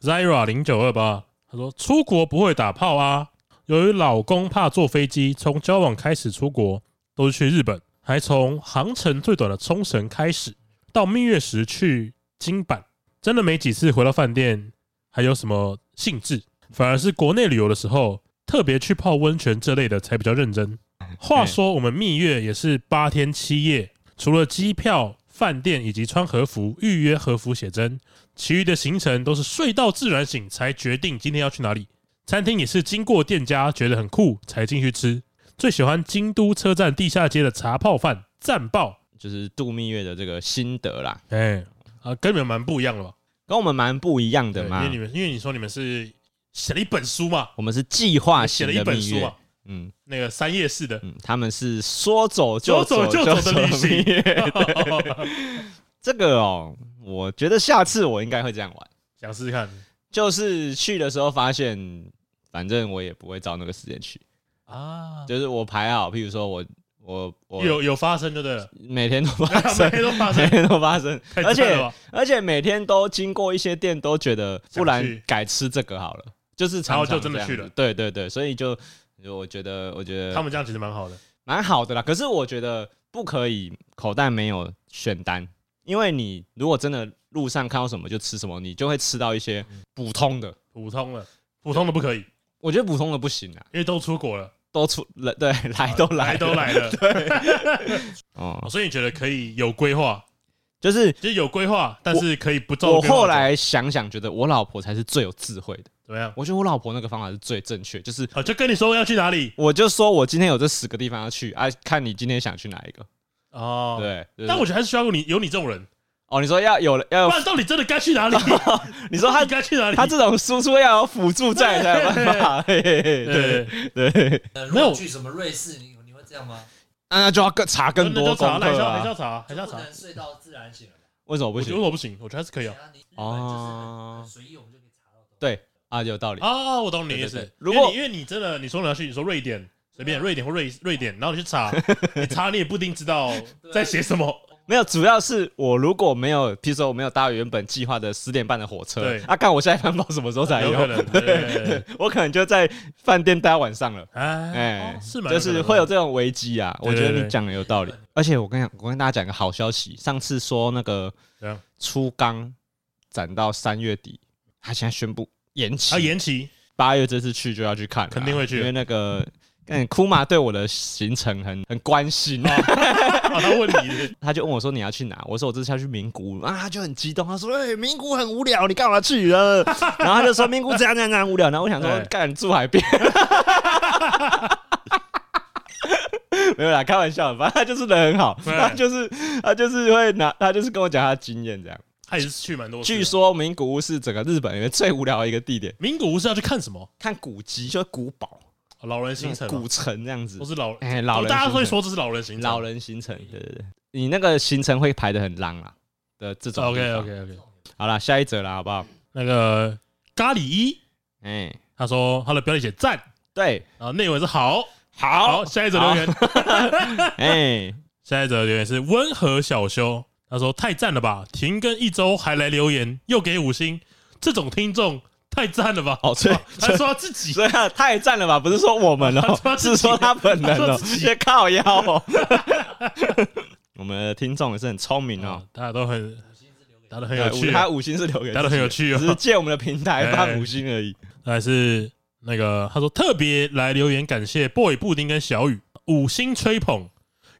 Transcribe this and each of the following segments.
Zira 零九二八，他说出国不会打炮啊。由于老公怕坐飞机，从交往开始出国都是去日本，还从航程最短的冲绳开始，到蜜月时去金板，真的没几次回到饭店还有什么兴致，反而是国内旅游的时候，特别去泡温泉这类的才比较认真。话说我们蜜月也是八天七夜，除了机票、饭店以及穿和服、预约和服写真，其余的行程都是睡到自然醒才决定今天要去哪里。餐厅也是经过店家觉得很酷才进去吃。最喜欢京都车站地下街的茶泡饭，赞爆！就是度蜜月的这个心得啦，哎、啊，跟你们蛮不一样的吧？跟我们蛮不一样的因嘛为你。们因为你说你们是写了一本书嘛，我们是计划写型了一的本蜜书啊月嘛，，嗯那个三页式的。嗯，他们是说走就走就就走的旅蜜行月嗯这个哦，我觉得下次我应该会这样玩。 想试试看就是去的时候发现，反正我也不会照那个时间去，啊，就是我排好，譬如说我我我有有发生就对了，每天都 发每生，天都发 每生，天都发生， 太而赞了且吧而且每天都经过一些店，都觉得不想然去改吃这个好了，就是然后常常就真的这样去子了对对对，所以就我觉得我觉得他们这样其实蛮好的。蛮好的啦。可是我觉得不可以口袋没有选单，因为你如果真的路上看到什么就吃什么，你就会吃到一些嗯普通的。普通了，普通的不可以，因我觉得普通的不行啊，为都出国了，都出来对来哎都来来都来了，哦，所以你觉得可以有规划，就是就是有规划，但是可以不照我规划走。后来想想，觉得我老婆才是最有智慧的。怎么样？我觉得我老婆那个方法是最正确，就是啊，就跟你说要去哪里我就说我今天有这十个地方要去，啊，看你今天想去哪一个。哦。，对，就是但我觉得还是需要你有你这种人，哦，你说要有了要不有，然到底真的该去哪里？ 你说哦他你该去哪里？他这种输出要有辅助在才有办法。嘿 嘿嘿对对，对，呃没有如果去什么瑞士，你你会这样吗？啊那就要更查更那多就查功还是课要还是啊要。查，还是要就查不。能睡到自然醒了吧。为什么我不觉得行我不行，我觉得还是可以啊。啊，你日本就是很哦很，随意，我们就可以查到。对啊，有道理。啊，我懂你的意对思对对。如因为果你因为你真的你说你要去，你说瑞典随便瑞典或瑞瑞典，然后你去查，你查你也不一定知道在写什么。 没有，主要是我如果没有，譬如说我没有搭原本计划的十点半的火车对，啊，看我下一班不知道什么时候才有可能对对对 对，我可能就在饭店待晚上了。哎哎，，是蛮有可就是能的会有这种危机啊。对我对觉得对你讲的有道理对，而且我跟你讲，我跟大家讲个好消息，上次说那个怎样初钢展到三月底，他现在宣布延期啊，延期八月这次去就要去看了啊，肯定会去因为那个。嗯，库玛对我的行程很很关心，啊，他问你他就问我说你要去哪？我说我这次要去名古屋啊，他就很激动，他说：“哎、名古屋很无聊，你干嘛去啊？” 然后他就说：“名古屋怎样怎样怎样无聊。”然后我想说哎：“干住海边。” 没有啦，开玩笑的，反正他就是人很好，哎他就是他就是会拿，他就是跟我讲他的经验这样。他哦也是啊去蛮多次的。据说名古屋是整个日本里面最无聊的一个地点，名古屋是要去看什么？看古迹就是古堡、哦老人行程嘛古城这样子都。哦是老，哎、老人大家行会程说这是老人行程。老人行程，对对对，你那个行程会排的很浪啊的这种。 OK OK OK，好啦，下一则啦，好不好？那个咖喱一，哎、他说他的标题写赞，对，然后内文是好。好 好，，下一则留言，哎、下一则留言是温和小修，他说太赞了吧，停更一周还来留言，又给五星，这种听众太赞了吧。哦，所以他说他自己，所以啊，太赞了吧？不是说我们哦、 他说自己是说他本人他说哦、自己这靠腰 哦、我们的听众也是很聪明啊哦、大家都很，大家都很有对趣五，他五星是留给自己的，大家都很有趣只是哦。借我们的平台哎发五星而已。还是那个他说特别来留言感谢 boy 布丁跟小雨五星吹捧。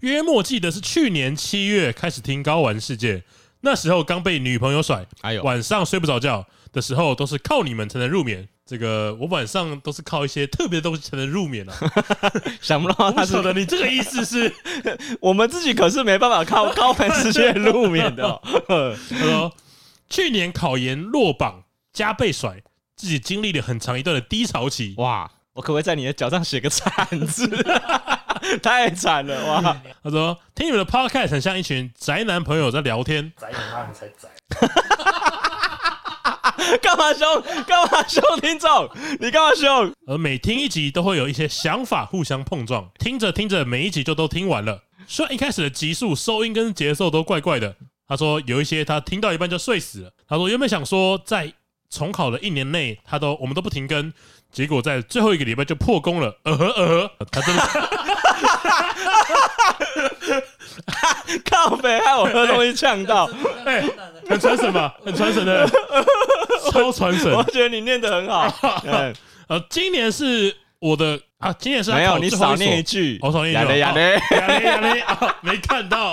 约莫记得是去年七月开始听高玩世界，那时候刚被女朋友甩，哎呦，晚上睡不着觉的时候都是靠你们才能入眠。这个我晚上都是靠一些特别的东西才能入眠啊。想不到我不他晓是得你这个意思是， 我们自己，可是没办 法靠高玩世界入眠的哦、他说去年考研落榜，加倍甩，自己经历了很长一段的低潮期。哇，我可不可以在你的脚上写个惨 字？太惨了哇！他说：“听你们的 podcast 很像一群宅男朋友在聊天，宰你妈，你才宰！干嘛凶？干嘛凶？听众，你干嘛凶？而每听一集都会有一些想法互相碰撞，听着听着每一集就都听完了。虽然一开始的集数收音跟节奏都怪怪的，他说有一些他听到一半就睡死了。他说原本想说在重考的一年内，他都我们都不停更，结果在最后一个礼拜就破功了。呃呵呃呵，他真的靠北，害我喝东西呛 到。哎很传神吧，很传 神的，超传神我。觉得你念得很 好。嗯呃，今年是我的啊，今年是他没有，考你最后少一所念一句。我少念一句哦雅雷雅雷，亚雷亚雷啊，没看到。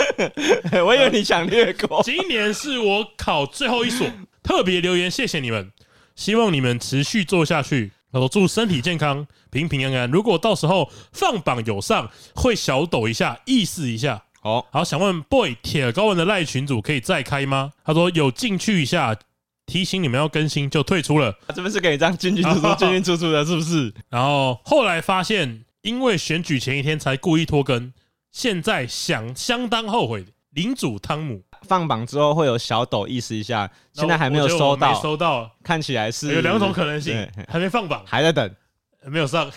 我以为你想略过。 今年是我考最后一所，特别留言谢谢你们，希望你们持续做下去。我说祝身体健康，平平安安。如果到时候放榜有上，会小抖一下，意思一下。 好，好，想问 boy 铁高文的赖群主可以再开吗？他说有进去一下，提醒你们要更新就退出了。这边是给你这样进进出出、进进出出的，是不是？然后后来发现，因为选举前一天才故意拖更，现在想相当后悔。领主汤姆， 放榜之后会有小抖意思一下，现在还哦没有我觉得我收到，收到，看起来是哎有两种可能性对，还没放榜，还在等。没有上，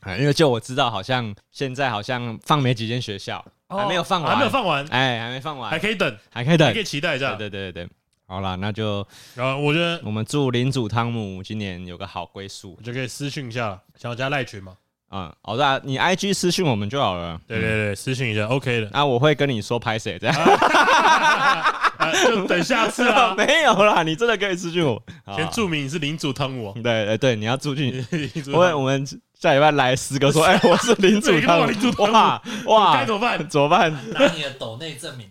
啊因为就我知道，好像现在好像放没几间学校，哦还没有放完，还没有，放完，哎，还没放完，还可以等，还可以还等可以。啊期待一下对。对对对对，好啦，那就然后我觉得我们祝领主汤姆今年有个好归宿我。就可以私讯一下，想要加赖群嘛？嗯，好的，你 IG 私讯我们就好了。对对对，私讯一下，OK 的，那我会跟你说拍谁这样。啊就等下次啦。 没有啦，你真的可以私讯我。好啊先注明你是领主汤 姆哦，对对对，你要住进。领主汤姆我我们下礼拜来四个说，哎，我是 领主每个都汤是领主姆。汤姆哇该哇怎，么办？怎么办？拿你的抖内证明，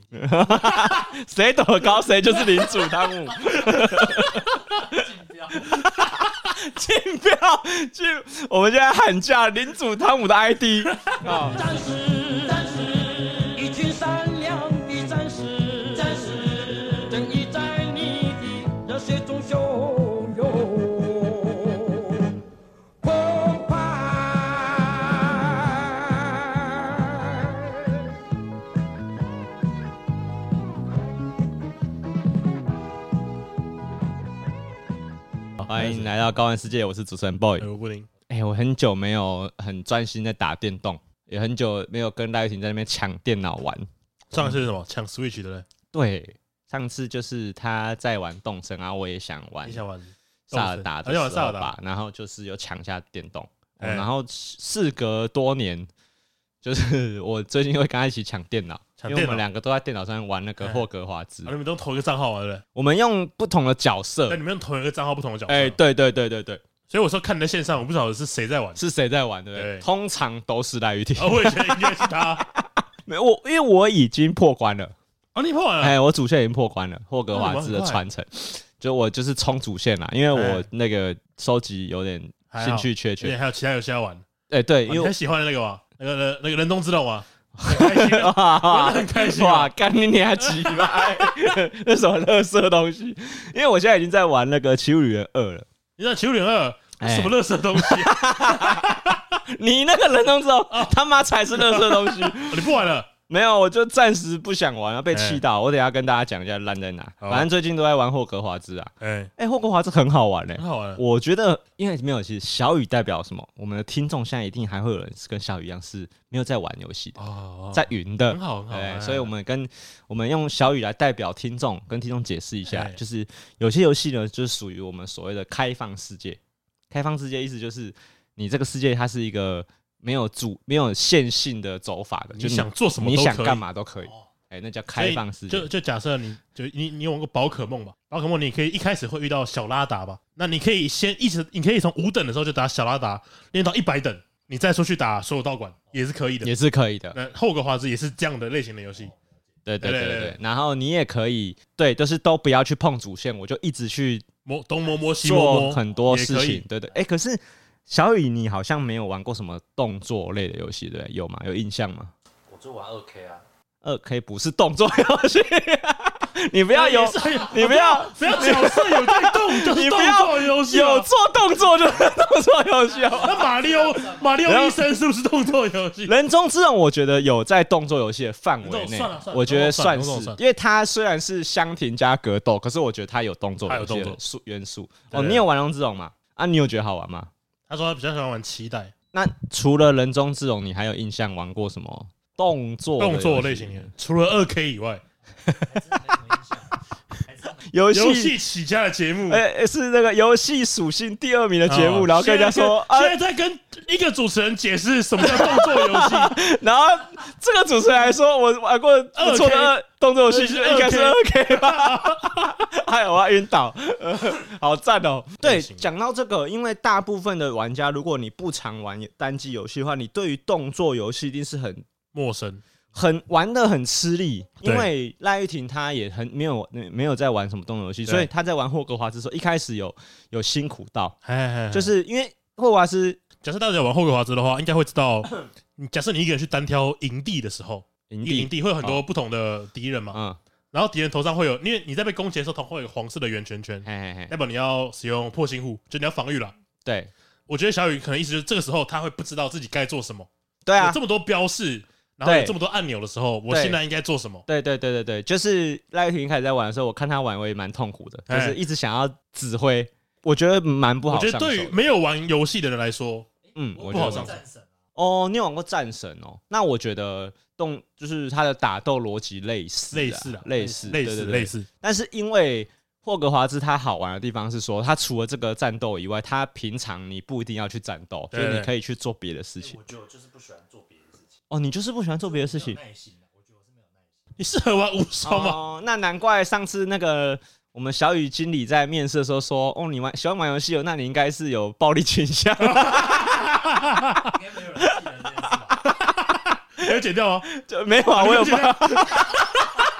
谁抖得高谁就是领主汤姆。竞标请不要去，我们现在喊价领主汤姆的 ID 啊、战士，战士，一群善良的战士，战士，正义在你的热血中汹涌澎湃。欢迎来到高玩世界，我是主持人 boy 哎。我不灵，哎、我很久没有很专心在打电动，也很久没有跟赖玉婷在那边抢电脑玩。上次是什么抢 Switch 的嘞？对，上次就是他在玩动森啊，我也想玩你想玩？萨尔达而的时且玩哦萨候尔达吧，然后就是有抢一下电动，哦哎然后事隔多年。就是 我最近会跟他一起抢电脑，抢因为我电脑们两个都在电脑上玩那个哎霍格华兹啊，你，们都同一个账号玩对不对？我们用不同的角那色，你们同一个账号不同的角色。哎、对对对对对，所以我说看你在线上，我不晓得是谁在玩。是谁在玩，对不对？对通常都是赖雨婷啊，，我也觉得应该是他。 哎没有我因为我已经破关了，啊，你破完哎、了？我主线已经破关了，霍格华兹那你玩的很快传承，就我就是冲主线啦，因为我哎那个收集有点还好兴趣缺而且缺，还有其他游戏要玩。哎、对，啊因你为，很喜欢那个吗？那个人那个人中之龙啊，很开心啊哇玩得很开心哇，啊。干你娘鸡巴！ 那什么垃圾东西？因为我现在已经在玩那个《奇物语人二》了。你知道九点二哎什么垃圾 东西啊？你那个人中之后，他妈才是垃圾 东西。你不玩了？没有，我就暂时不想玩了，被气到。我等一下跟大家讲一下烂在哪。好反正最近都在玩霍格华兹啊。哎，哎，霍格华兹很好玩嘞、很好玩啊。我觉得，因为没有，其实小雨代表什么？我们的听众现在一定还会有人是跟小雨一样是没有在玩游戏的，哦，在云的很。好很好对，哎，所以我们跟我们用小雨来代表听众，跟听众解释一下哎，就是有些游戏呢，就是属于我们所谓的开放世界。开放世界意思就是你这个世界它是一个没有主、没有线性的走法的，你就是想做什么你都想可以哦干嘛都可以。哎，那叫开放世就界。就假设你就你你有玩过宝可梦吧？宝可梦你可以一开始会遇到小拉达吧？那你可以先一直，你可以从五等的时候就打小拉达，练到一百等，你再出去打所有道馆也是可以的。也是可以的，那后格华兹也是这样的类型的游戏，对对对对对对对。然后你也可以，对，就是都不要去碰主线，我就一直去摸东摸摸西摸做摸，很多事也可以情，对对。哎、可是小雨，你好像没有玩过什么动作类的游戏，对不对？有吗？有印象吗？我就玩二 K 啊，二 K 不是动作游戏， 你不 要有，你不要不要角色有在动，就是你动不要作游戏啊。有做动作就是动作游戏好不 好那马里 奥马里奥医生是不是动作游戏？人中之龙，我觉得有在动作游戏的范围这种内算了算，了我觉这得是种算了这种算，了因为它虽然是香庭加格斗，可是我觉得它有动作它有游戏动的作素元素。对哦，你有玩人中之龙吗？啊，你有觉得好玩吗？他说他比较喜欢玩期待，那除了人中之龙，你还有印象玩过什么动作的游戏动作类型的，除了二 K 以外，游游戏？戏起家的节目。哎、哎是那个游戏属性第二名的节目，哦然后跟人家说，啊现，在在跟现在在跟一个主持人解释什么叫动作游 戏，然后这个主持人还说，我玩过不错的 2K 二动作游戏，那就是应该是二 2K K 吧？ 哎呀，我要晕倒，呃好赞哦！对，类型讲到这个，因为大部分的玩家，如果你不常玩单机游戏的话，你对于动作游戏一定是很。陌生。很玩的很吃力，对因为赖玉婷她也很没有没有在玩什么动作游戏，对所以她在玩霍格华兹的时候，一开始有有辛苦到，哎，就就是是因为霍格华兹假设大家有玩霍格华兹的话，应该会知道，你假设你一个人去单挑营地的时候，营一个营地，地会有很多不同的敌人嘛，嗯，然后敌人头上会有，因为你在被攻击的时候，头会有黄色的圆圈圈，嘿嘿嘿，代表你要使用破心护，就你要防御啦。对我觉得小雨可能意思就是这个时候他会不知道自己该做什么，对啊有这，么多标示，然后有对这么多按钮的时候，我对现在应该做什么？对对对对对，就是赖玉婷一开始在玩的时候，我看她玩我也蛮痛苦的，哎就是一直想要指挥，我觉得蛮不我好觉上得手对于的。没有玩游戏的人来说，嗯，我不觉好得上蛮手战神啊，哦，你有玩过战神哦？那我觉得动就是它的打斗逻辑类似啊，类似啊类似，类对似对对类似，但是因为霍格华兹它好玩的地方是说，它除了这个战斗以外，它平常你不一定要去战斗，对所以你对可以去做别的事情我。就就是不喜欢做别的事情，哦，你就是不喜欢做别的事没有情耐心啊，我觉得我是没有耐心。你适合玩无双吗？哦，那难怪上次那个我们小雨经理在面试的时候说，哦，你玩喜欢玩游戏哦，那你应该是有暴力倾向。 应该没有人记得这件事吧？还 有剪掉吗？就没有啊，我有剪暴，掉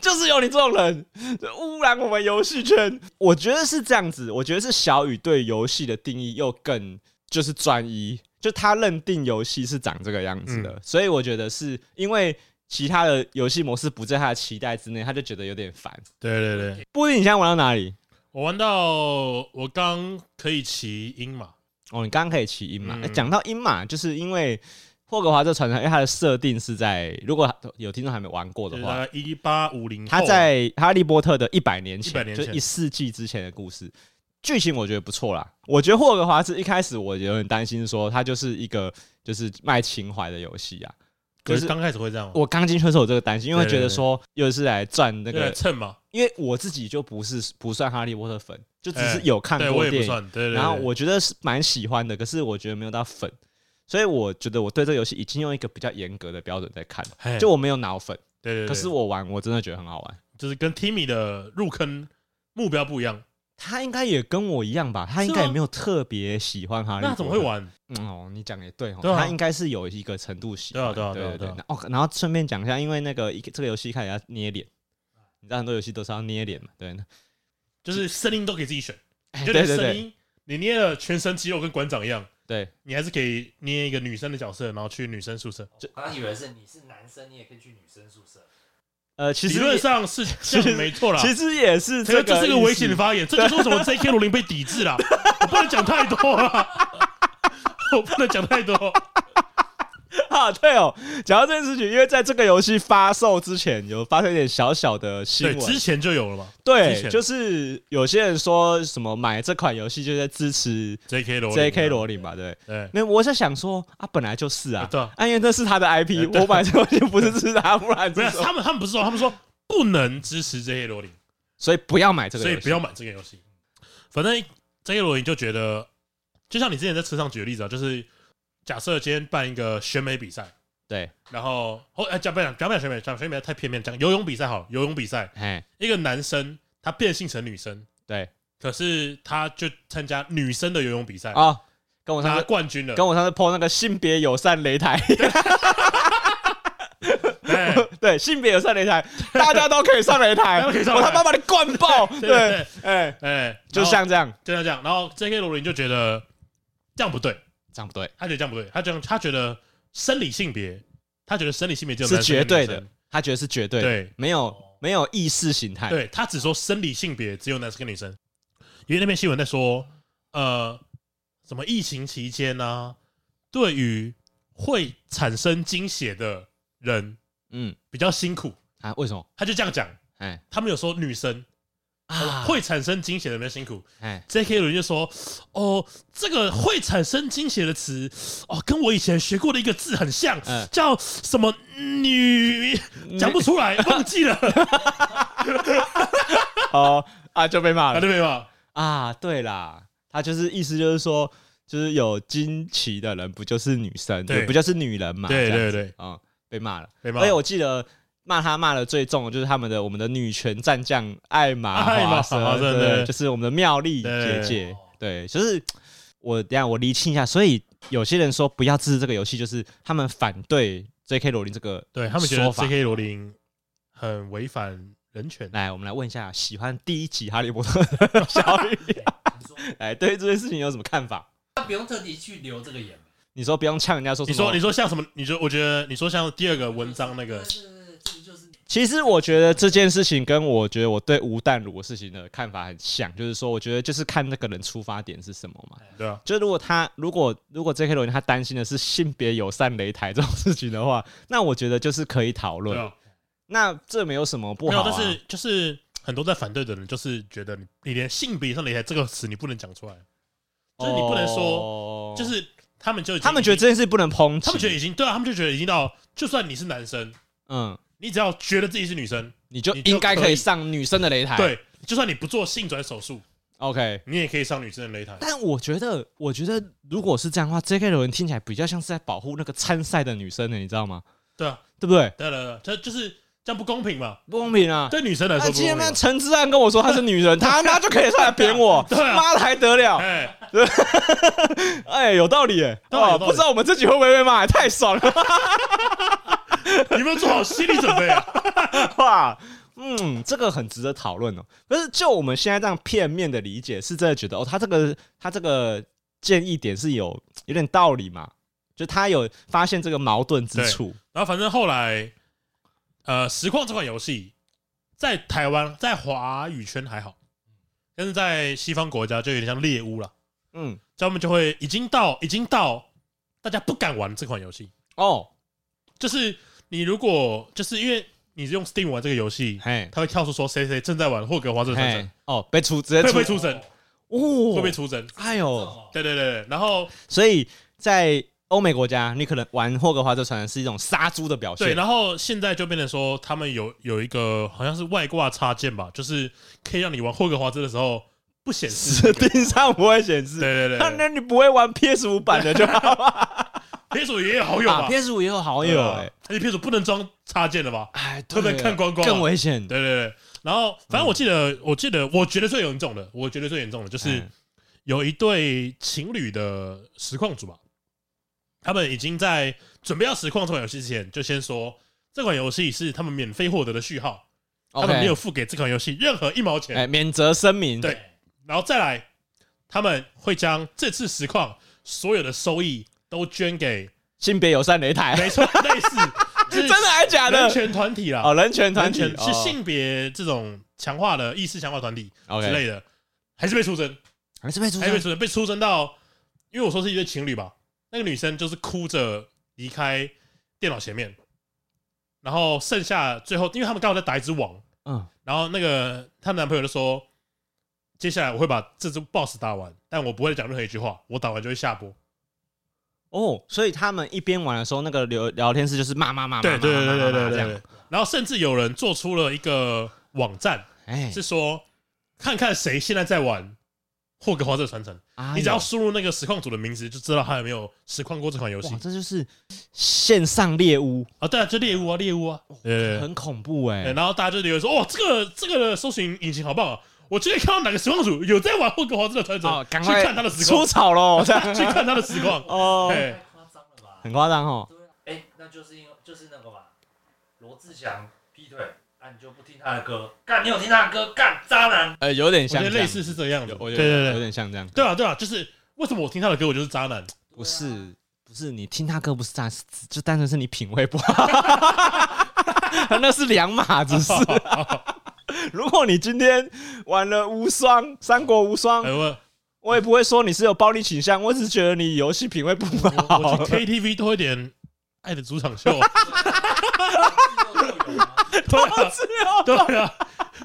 就是有你这种人就污染我们游戏圈。我觉得是这样子，我觉得是小雨对游戏的定义又更就是专一，就他认定游戏是长这个样子的，所以我觉得是因为。其他的游戏模式不在他的期待之内，他就觉得有点烦。对对对，不一定你现在玩到哪里？我玩到我刚可以骑鹰马，哦，你刚刚可以骑鹰马。嗯诶讲、到鹰马，就是因为霍格华这船长，因为它的设定是在，如果有听众还没玩过就的是话，大概一八五零，它在《哈利波特》的一百年前， 100年前就是一世纪之前的故事。剧情我觉得不错啦，我觉得霍格华兹一开始我有点担心，说它就是一个就是卖情怀的游戏啊。可就是是刚开始会这样吗，我刚进去的时候有这个担心，因为对对觉得说又是来赚那对个，蹭嘛，因为我自己就不是不算哈利波特粉，就只是哎有看对过我也不电影，算，对对对。然后我觉得是蛮喜欢的，可是我觉得没有到粉，所以我觉得我对这个游戏已经用一个比较严格的标准在看了，嘿就我没有脑粉，对对，对可是我玩我真的觉得很好玩。就是跟 Timmy 的入坑目标不一样，他应该也跟我一样吧，他应该是吗也没有特别喜欢哈利。那怎么会？玩？嗯、哦，啊你讲也对哦，对啊他应该是有一个程度喜欢。对啊对对啊对啊对。哦，然后顺便讲一下，因为那个一这个游戏看起来要捏脸，你知道很多游戏都是要捏脸嘛，对。那就是声音都可以自己选，哎就对连对声对音，你捏了全身肌肉跟馆长一样，对，你还是可以捏一个女生的角色，然后去女生宿舍。我刚以为是你是男生，你也可以去女生宿舍。呃，其理实论上是这其实样没错啦，其实也是这这这是个意思危险的发言，这就是为什么 J.K. 罗琳被抵 制啦。我不能讲太多了，我不能讲太多。 啊，对哦。讲到这件事情，因为在这个游戏发售之前，有发生一点小小的新对，闻，之前就有了嘛之对，前就是有些人说什么买这款游戏就在支持，J.K. 罗啊 J.K. 罗琳吧，对。对，那我在想说啊，本来就是啊，啊对啊哎因为那是他的 IP，我买这个就不是支持他，不然不是是什么他们，他们不是说，他们说不能支持 J.K. 罗琳，所以不要买这个所游以戏，不要买这个游戏。反正 J.K. 罗琳就觉得，就像你之前在车上举的例子啊，就是假设今天办一个选美比赛，对，然后哦，哎，讲不讲讲不讲选美，讲选美太片面，讲游泳比赛好了，游泳比赛哎，一个男生他变性成女生。对可是他就参加女生的游泳比赛，啊，跟我上哎拿次冠军了。跟我上次 PO 那个性别友善擂台，哎，对，性别友善擂台，大家都可以上擂 大台家都可以，上擂台我他妈把你灌爆， 对对 对对，哎，哎，就像这样，就像这样，然后 J.K. 罗琳就觉得这样不对，这样不对，他觉得这样不对，他觉得他觉得生理性别，他觉得生理性别只有是男生绝跟对女生的，，他觉得是绝对的，对没有没有意识形态。对他只说生理性别只有男生跟女生，因为那篇新闻在说，呃，什么疫情期间呢、对于会产生精血的人嗯比较辛苦，啊，为什么？他就这样讲。哎他们有说女生、啊，会产生精血的比较辛苦哎，J.K. 伦就说，哦，这个会产生精血的词，哦，跟我以前学过的一个字很像，嗯叫什么女，讲不出 来，忘记了，哦啊就被骂啊，了对没有？啊。对啦，他就是意思就是说，就是有经期的人不就是女生，对也不就是女人嘛？对这对样子哎对，啊，被骂了。对吧而且？我记得骂他骂的最重的就是他们的我们的女权战将艾玛 艾玛华华生，生对对，就是我们的妙丽姐姐，对，就是我等一下我厘清一下，所以有些人说不要支持这个游戏，就是他们反对 J.K. 罗琳这个，对他们觉得说法 J.K. 罗琳很违反人权，来，我们来问一下喜欢第一集《哈利波特》的 小雨，来对这件事情有什么看法？他不用特地去留这个眼。你说不用呛人家说什你么？说，你说像什么？你说，我觉得你说像第二个文章那嗯个，是是是，这个就是其实我觉得这件事情跟我觉得我对吴淡如的事情的看法很像，就是说，我觉得就是看那个人出发点是什么嘛。哎对啊，就如果他如果如果 J.K. 罗琳他担心的是性别友善擂台这种事情的话，那我觉得就是可以讨对论。啊，那这没有什么不没好、有，啊，但是就是很多在反对的人，就是觉得你你连性别上擂台这个词你不能讲出来，就是你不能说，说就是他们就已经哦他们觉得这件事不能抨击，他们觉得已经对啊，他们就觉得已经到，就算你是男生，嗯，你只要觉得自己是女生，你就你就应该可可以以上女生的擂台。对，就算你不做性转手术， ，OK。你也可以上女生的擂台。但我觉得，我觉得如果是这样的话，J.K. 罗琳听起来比较像是在保护那个参赛的女生呢，你知道吗？对啊，对不对？对了，这就是这样不公平嘛？不公平啊！对女生来那说不今公天平嘛那。陈志安跟我说她是女人，他妈就可以上来扁我， 对啊妈的还得了？哎，哎，有道理哎，当然有哦，道理不知道我们自己会不会被骂，太爽了 你有没有做好心理准备啊？哇！ 嗯，这个很值得讨论哦。可是就我们现在这样片面的理解，是真的觉得哦，他这个他这个建议点是有有点道理嘛？就他有发现这个矛盾之处，然后反正后来，呃，实况这款游戏在台湾在华语圈还好，但是在西方国家就有点像猎巫了，嗯，所以他们就会已经到已经到大家不敢玩这款游戏，哦，就是你如果就是因为你是用 Steam 玩这个游戏，嘿，它会跳出说谁谁正在玩霍格华兹的传嘿承，，哦，被出直接会出不会出神？哦，会不会出神？哎呦，对对对，对然后所以在欧美国家，你可能玩霍格华兹传人是一种杀猪的表对，现，然后现在就变成说，他们有有一个好像是外挂插件吧，就是可以让你玩霍格华兹的时候不显示。指定上不会显示。对对那对那你不会玩 PS 五版的就好 吧？ ，PS 五也啊有好友啊吧？ ，PS 五也有好好友哎，，而且 PS 五不能装插件了吧？哎，会被对看光光啊更嗯危险。对对对。然后，反正我记得，我记得，我觉得最严重的，我觉得最严重的就是嗯有一对情侣的实况组吧，他们已经在准备要实况这款游戏之前，就先说这款游戏是他们免费获得的序号，他们 OK 没有付给这款游戏任何一毛钱。哎免责声明，对，然后再来，他们会将这次实况所有的收益都捐 给，性别友善擂台，没 错，类似就是真的还假人的？权团体啦哦，，人权团体人权是哦性别这种强化的意识强化团体之 OK，哎类的，还是被出征，还是被出还是被征出征，被出征到，因为我说是一对情侣吧，那个女生就是哭着离开电脑前面，然后剩下最后，因为他们刚好在打一只网，嗯，然后那个她男朋友就说，接下来我会把这只 boss 打完，但我不会讲任何一句话，我打完就会下播。哦，所以他们一边玩的时候，那个聊聊天室就是骂骂骂，骂骂骂 骂骂这样。然后甚至有人做出了一个网站，哎，是说看看谁现在在玩霍格华兹的传承，哎你只要呦输入那个实况组的名字，就知道他有没有实况过这款游戏哇，这就是线上猎物，啊。对啊，就猎物啊，猎物啊，呃，哦很恐怖对哎。然后大家就留言说，哦，这个这个搜寻引擎好棒啊！我今天看到哪个实况组有在玩霍格华兹的传承，哦，赶去快看他的实出况，草喽！这样 去看他的实况。哦，哎，夸张了 吧？很夸张哦。对啊，哎，那就是因为就是那个吧，罗志祥劈腿，啊，你就不听他的歌，干，你有听他的歌，干，渣男。呃，有点我觉像得这类样似是这样的，有对我觉对得对有对，点像这样。对啊对啊，就是为什么我听他的歌我就是渣男？不是不是，你听他歌不是这样，是就单纯是你品味不好。 那是两码 子事。如果你今天玩了无双、三国无双哎，，我我也不会说你是有暴力倾向，我只是觉得你游戏品味不我我好去。KTV 多一点爱的主场 秀，对啊，对啊，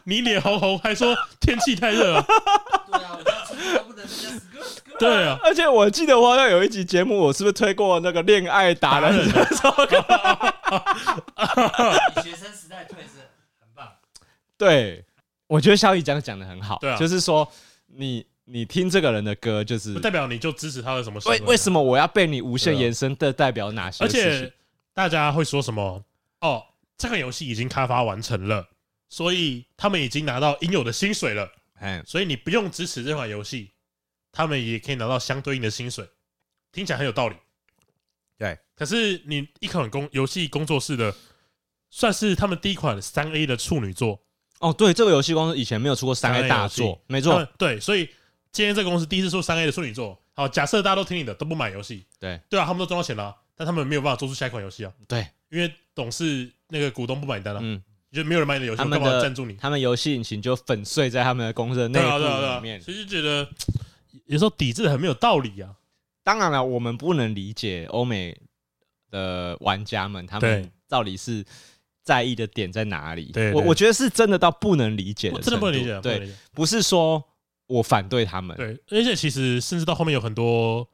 你脸红红还说天气太热了，对啊，我要出去都不能直接死哥死哥。对啊，而且我记得我好像有一集节目，我是不是推过那个恋爱达人？你学生时代退是很棒，对，我觉得小雨这样讲的很好，对啊就是说你你听这个人的歌，就是不代表你就支持他的什么行为为什么？么我要被你无限对啊延伸的代表哪些而事情且？大家会说什么？哦，这个游戏已经开发完成了，所以他们已经拿到应有的薪水了，哎，所以你不用支持这款游戏，他们也可以拿到相对应的薪水，听起来很有道理。对，可是你一款工游戏工作室的，算是他们第一款三 A 的处女作，哦，对，这个游戏公司以前没有出过三 A 3A 大游作戏，没他错们，对，所以今天这个公司第一次出三 A 的处女作，好，假设大家都听你的，都不买游戏，对对啊，他们都赚到钱了啊、但他们没有办法做出下一款游戏啊，对，因为董事那个股东不买单了、啊嗯，就没有人买你的游戏，他我们干嘛的赞助你？他们游戏引擎就粉碎在他们的公司的内对啊，对啊，部里对啊，面所。以就觉得有时候抵制得很没有道理啊。当然了，我们不能理解欧美的玩家们他对们到底是在意的点在哪里。对我对我觉得是真的到不能理解的我程度，真的不能理解，不能对理，解不是说我反对他们，对，而且其实甚至到后面有很多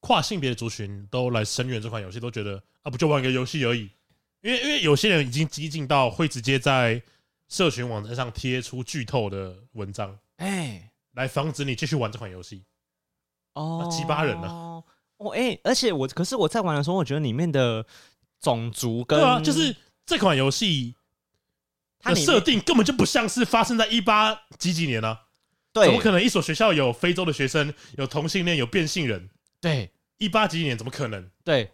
跨性别的族群都来声援这款游戏，都觉得啊，不就玩个游戏而已。因为因为有些人已经激进到会直接在社群网站上贴出剧透的文章，哎，来防止你继续玩这款游戏。哦，鸡巴人啊！哦，哎，而且我可是我在玩的时候，我觉得里面的种族跟对啊，就是这款游戏它的里面设定根本就不像是发生在一八几几年啊，对，怎么可能一所学校有非洲的学生，有同性恋，有变性人？对一八几几年怎么可能？对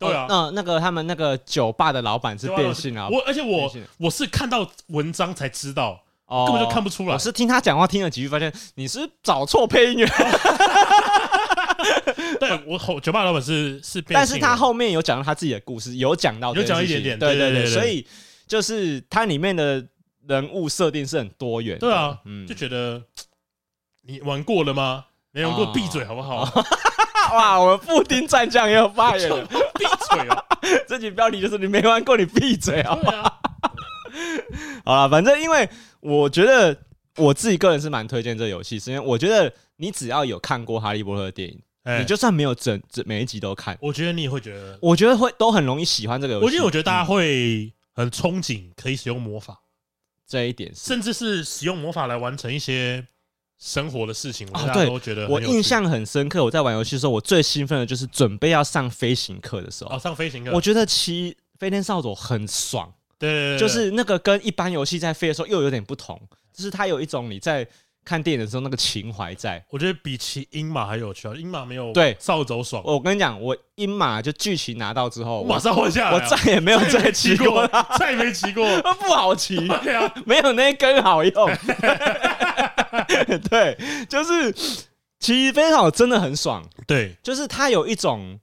哦对啊，那那个他们那个酒吧的老板是对啊变性啊，我而且我变性人我是看到文章才知道，哦根本就看不出来我是听他讲话听了几句，发现你是找错配音员，对我后酒吧老板是是变但性是人，他后面有讲到他自己的故事，有讲到有讲这件一点事点情对对对对，对对所以就是它里面的人物设定是很多元的，对啊，嗯就觉得你玩过了吗？没玩过，哦闭嘴好不好？哇，我们布丁战将也有发言了，闭嘴啊！ 这集标题就是你没玩过，你闭嘴啊！对啊， 好了，反正因为我觉得我自己个人是蛮推荐这个游戏，是因为我觉得你只要有看过《哈利波特》的电影，哎你就算没有整整每一集都看，我觉得你也会觉得，我觉得会都很容易喜欢这个游戏。我觉得我觉得大家嗯会很憧憬可以使用魔法，这一点是，甚至是使用魔法来完成一些生活的事情，我觉得大啊家对都觉得很我有趣印象很深刻。我在玩游戏的时候，我最兴奋的就是准备要上飞行课的时候，哦，上飞行课，我觉得骑飞天扫帚很爽，对对对，对就是那个跟一般游戏在飞的时候又有点不同，就是它有一种你在看电影的时候那个情怀在。我觉得比骑鹰马还有趣啊，鹰马没有对扫帚爽，我跟你讲，我一马就剧情拿到之后，我我马上换下来我啊，再也没有再也再没骑骑过过它，，再也没骑过，不好骑，对啊，没有那一根好用。对，就是骑飞好真的很爽，对，就是它有一种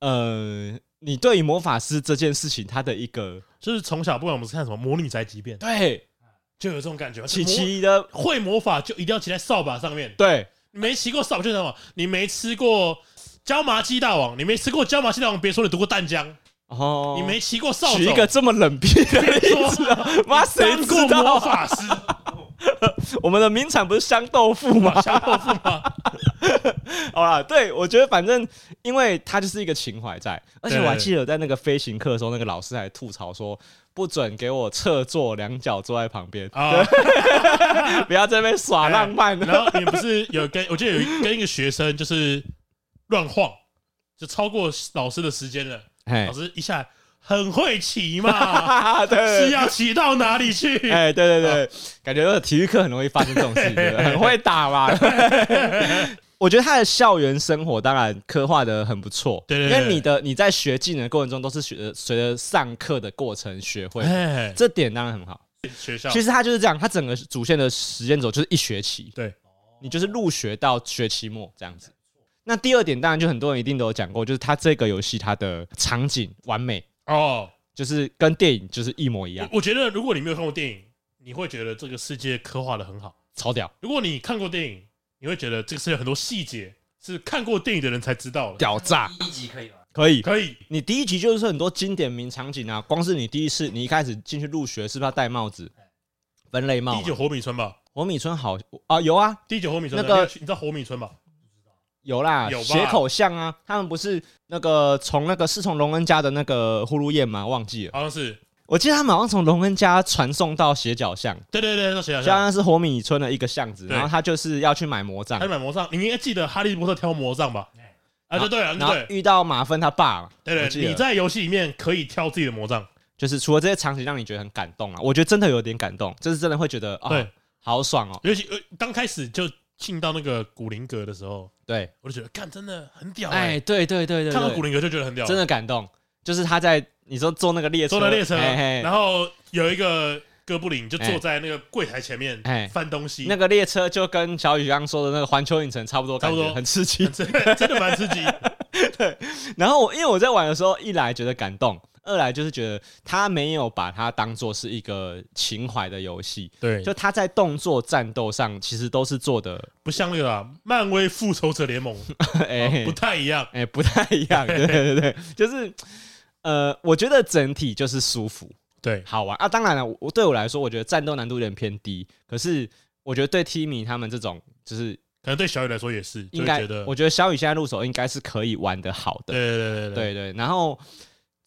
呃，你对于魔法师这件事情，它的一个就是从小不管我们是看什么《魔女宅急便》，对就有这种感觉，骑魔骑的会魔法就一定要骑在扫把上面，对你没骑过扫把就什么，你没吃过。椒麻鸡大王，你没吃过椒麻鸡大王，别说你读过淡江，哦，你没骑过扫举帚，一个这么冷僻的例子啊，妈谁当过知道魔啊？法 师，我们的名产不是香豆腐 吗？小豆腐吗？ 好啦，对我觉得反正因为它就是一个情怀在，而且对我还记得在那个飞行课的时候，那个老师还吐槽说，不准给我侧坐，两脚坐在旁边，啊， 不要在那边耍浪漫。啊然后你不是有跟，我记得有一跟一个学生就是乱晃，就超过老师的时间了，哎老，师一下来很会骑嘛， 哈哈是对，要骑到哪里去？哎，对对对，感觉体育课很容易发生这种事情，对不 对很会打嘛。我觉得他的校园生活当然刻画的很不错，对对对因为你的你在学技能的过程中都是学随着上课的过程学会的，哎，这点当然很好。学校其实它就是这样，它整个主线的时间轴就是一学期，对，你就是入学到学期末这样子。那第二点，当然就很多人一定都有讲过，就是它这个游戏它的场景完美，哦，就是跟电影就是一模一样，我我觉得如果你没有看过电影，你会觉得这个世界刻画的很好；超屌，如果你看过电影，你会觉得这个世界很多细节是看过电影的人才知道的。屌炸，第一集可以吗？可以。可以，你第一集就是很多经典名场景啊，光是你第一次，你一开始进去入学是不是要戴帽子，分类帽第嘛？九活米村吧，火米村好啊，有啊，第九活米村的，那个你知道活米村吧？有啦，有吧斜口巷啊，他们不是那个从那个是从龙恩家的那个呼噜宴吗？忘记了，好像是，我记得他们好像从龙恩家传送到斜角巷，对对对，那谁来就好像是火米村的一个巷子，对然后他就是要去买魔杖还，买魔杖，你应该记得哈利波特挑魔杖吧？啊，就对了，然后对遇到马芬他爸嘛，对我对，记得你在游戏里面可以挑自己的魔杖，就是除了这些场景让你觉得很感动啊，我觉得真的有点感动，这是真的会觉得啊、对，好爽哦，尤其呃刚开始就进到那个古灵阁的时候，对，我就觉得干真的很屌哎，哎，对对对对看到古对，灵阁就觉得很屌，真的感动，就是他在你说坐那个列车，哎坐了列车，嘿嘿然后有一个哥布林就坐在那个柜台前面哎翻东西，那个列车就跟小雨刚刚说的那个环球影城差不多，感差不觉多。很刺 激真的真的蛮刺激。然后我因为我在玩的时候，一来觉得感动，二来就是觉得他没有把它当做是一个情怀的游戏， 对就就他在动作战斗上其实都是做的， 不像那个啊，漫威复仇者联盟哦哎、不太一样。哎、不太一样，对对对，就是呃，我觉得整体就是舒服对，好玩啊。当然了，我我对我来说，我觉得战斗难度有点偏低，可是我觉得对 Timmy 他们这种，就是可能对小雨来说也是，就应会该觉得，我觉得小雨现在入手应该是可以玩的好的，对对对对对。然后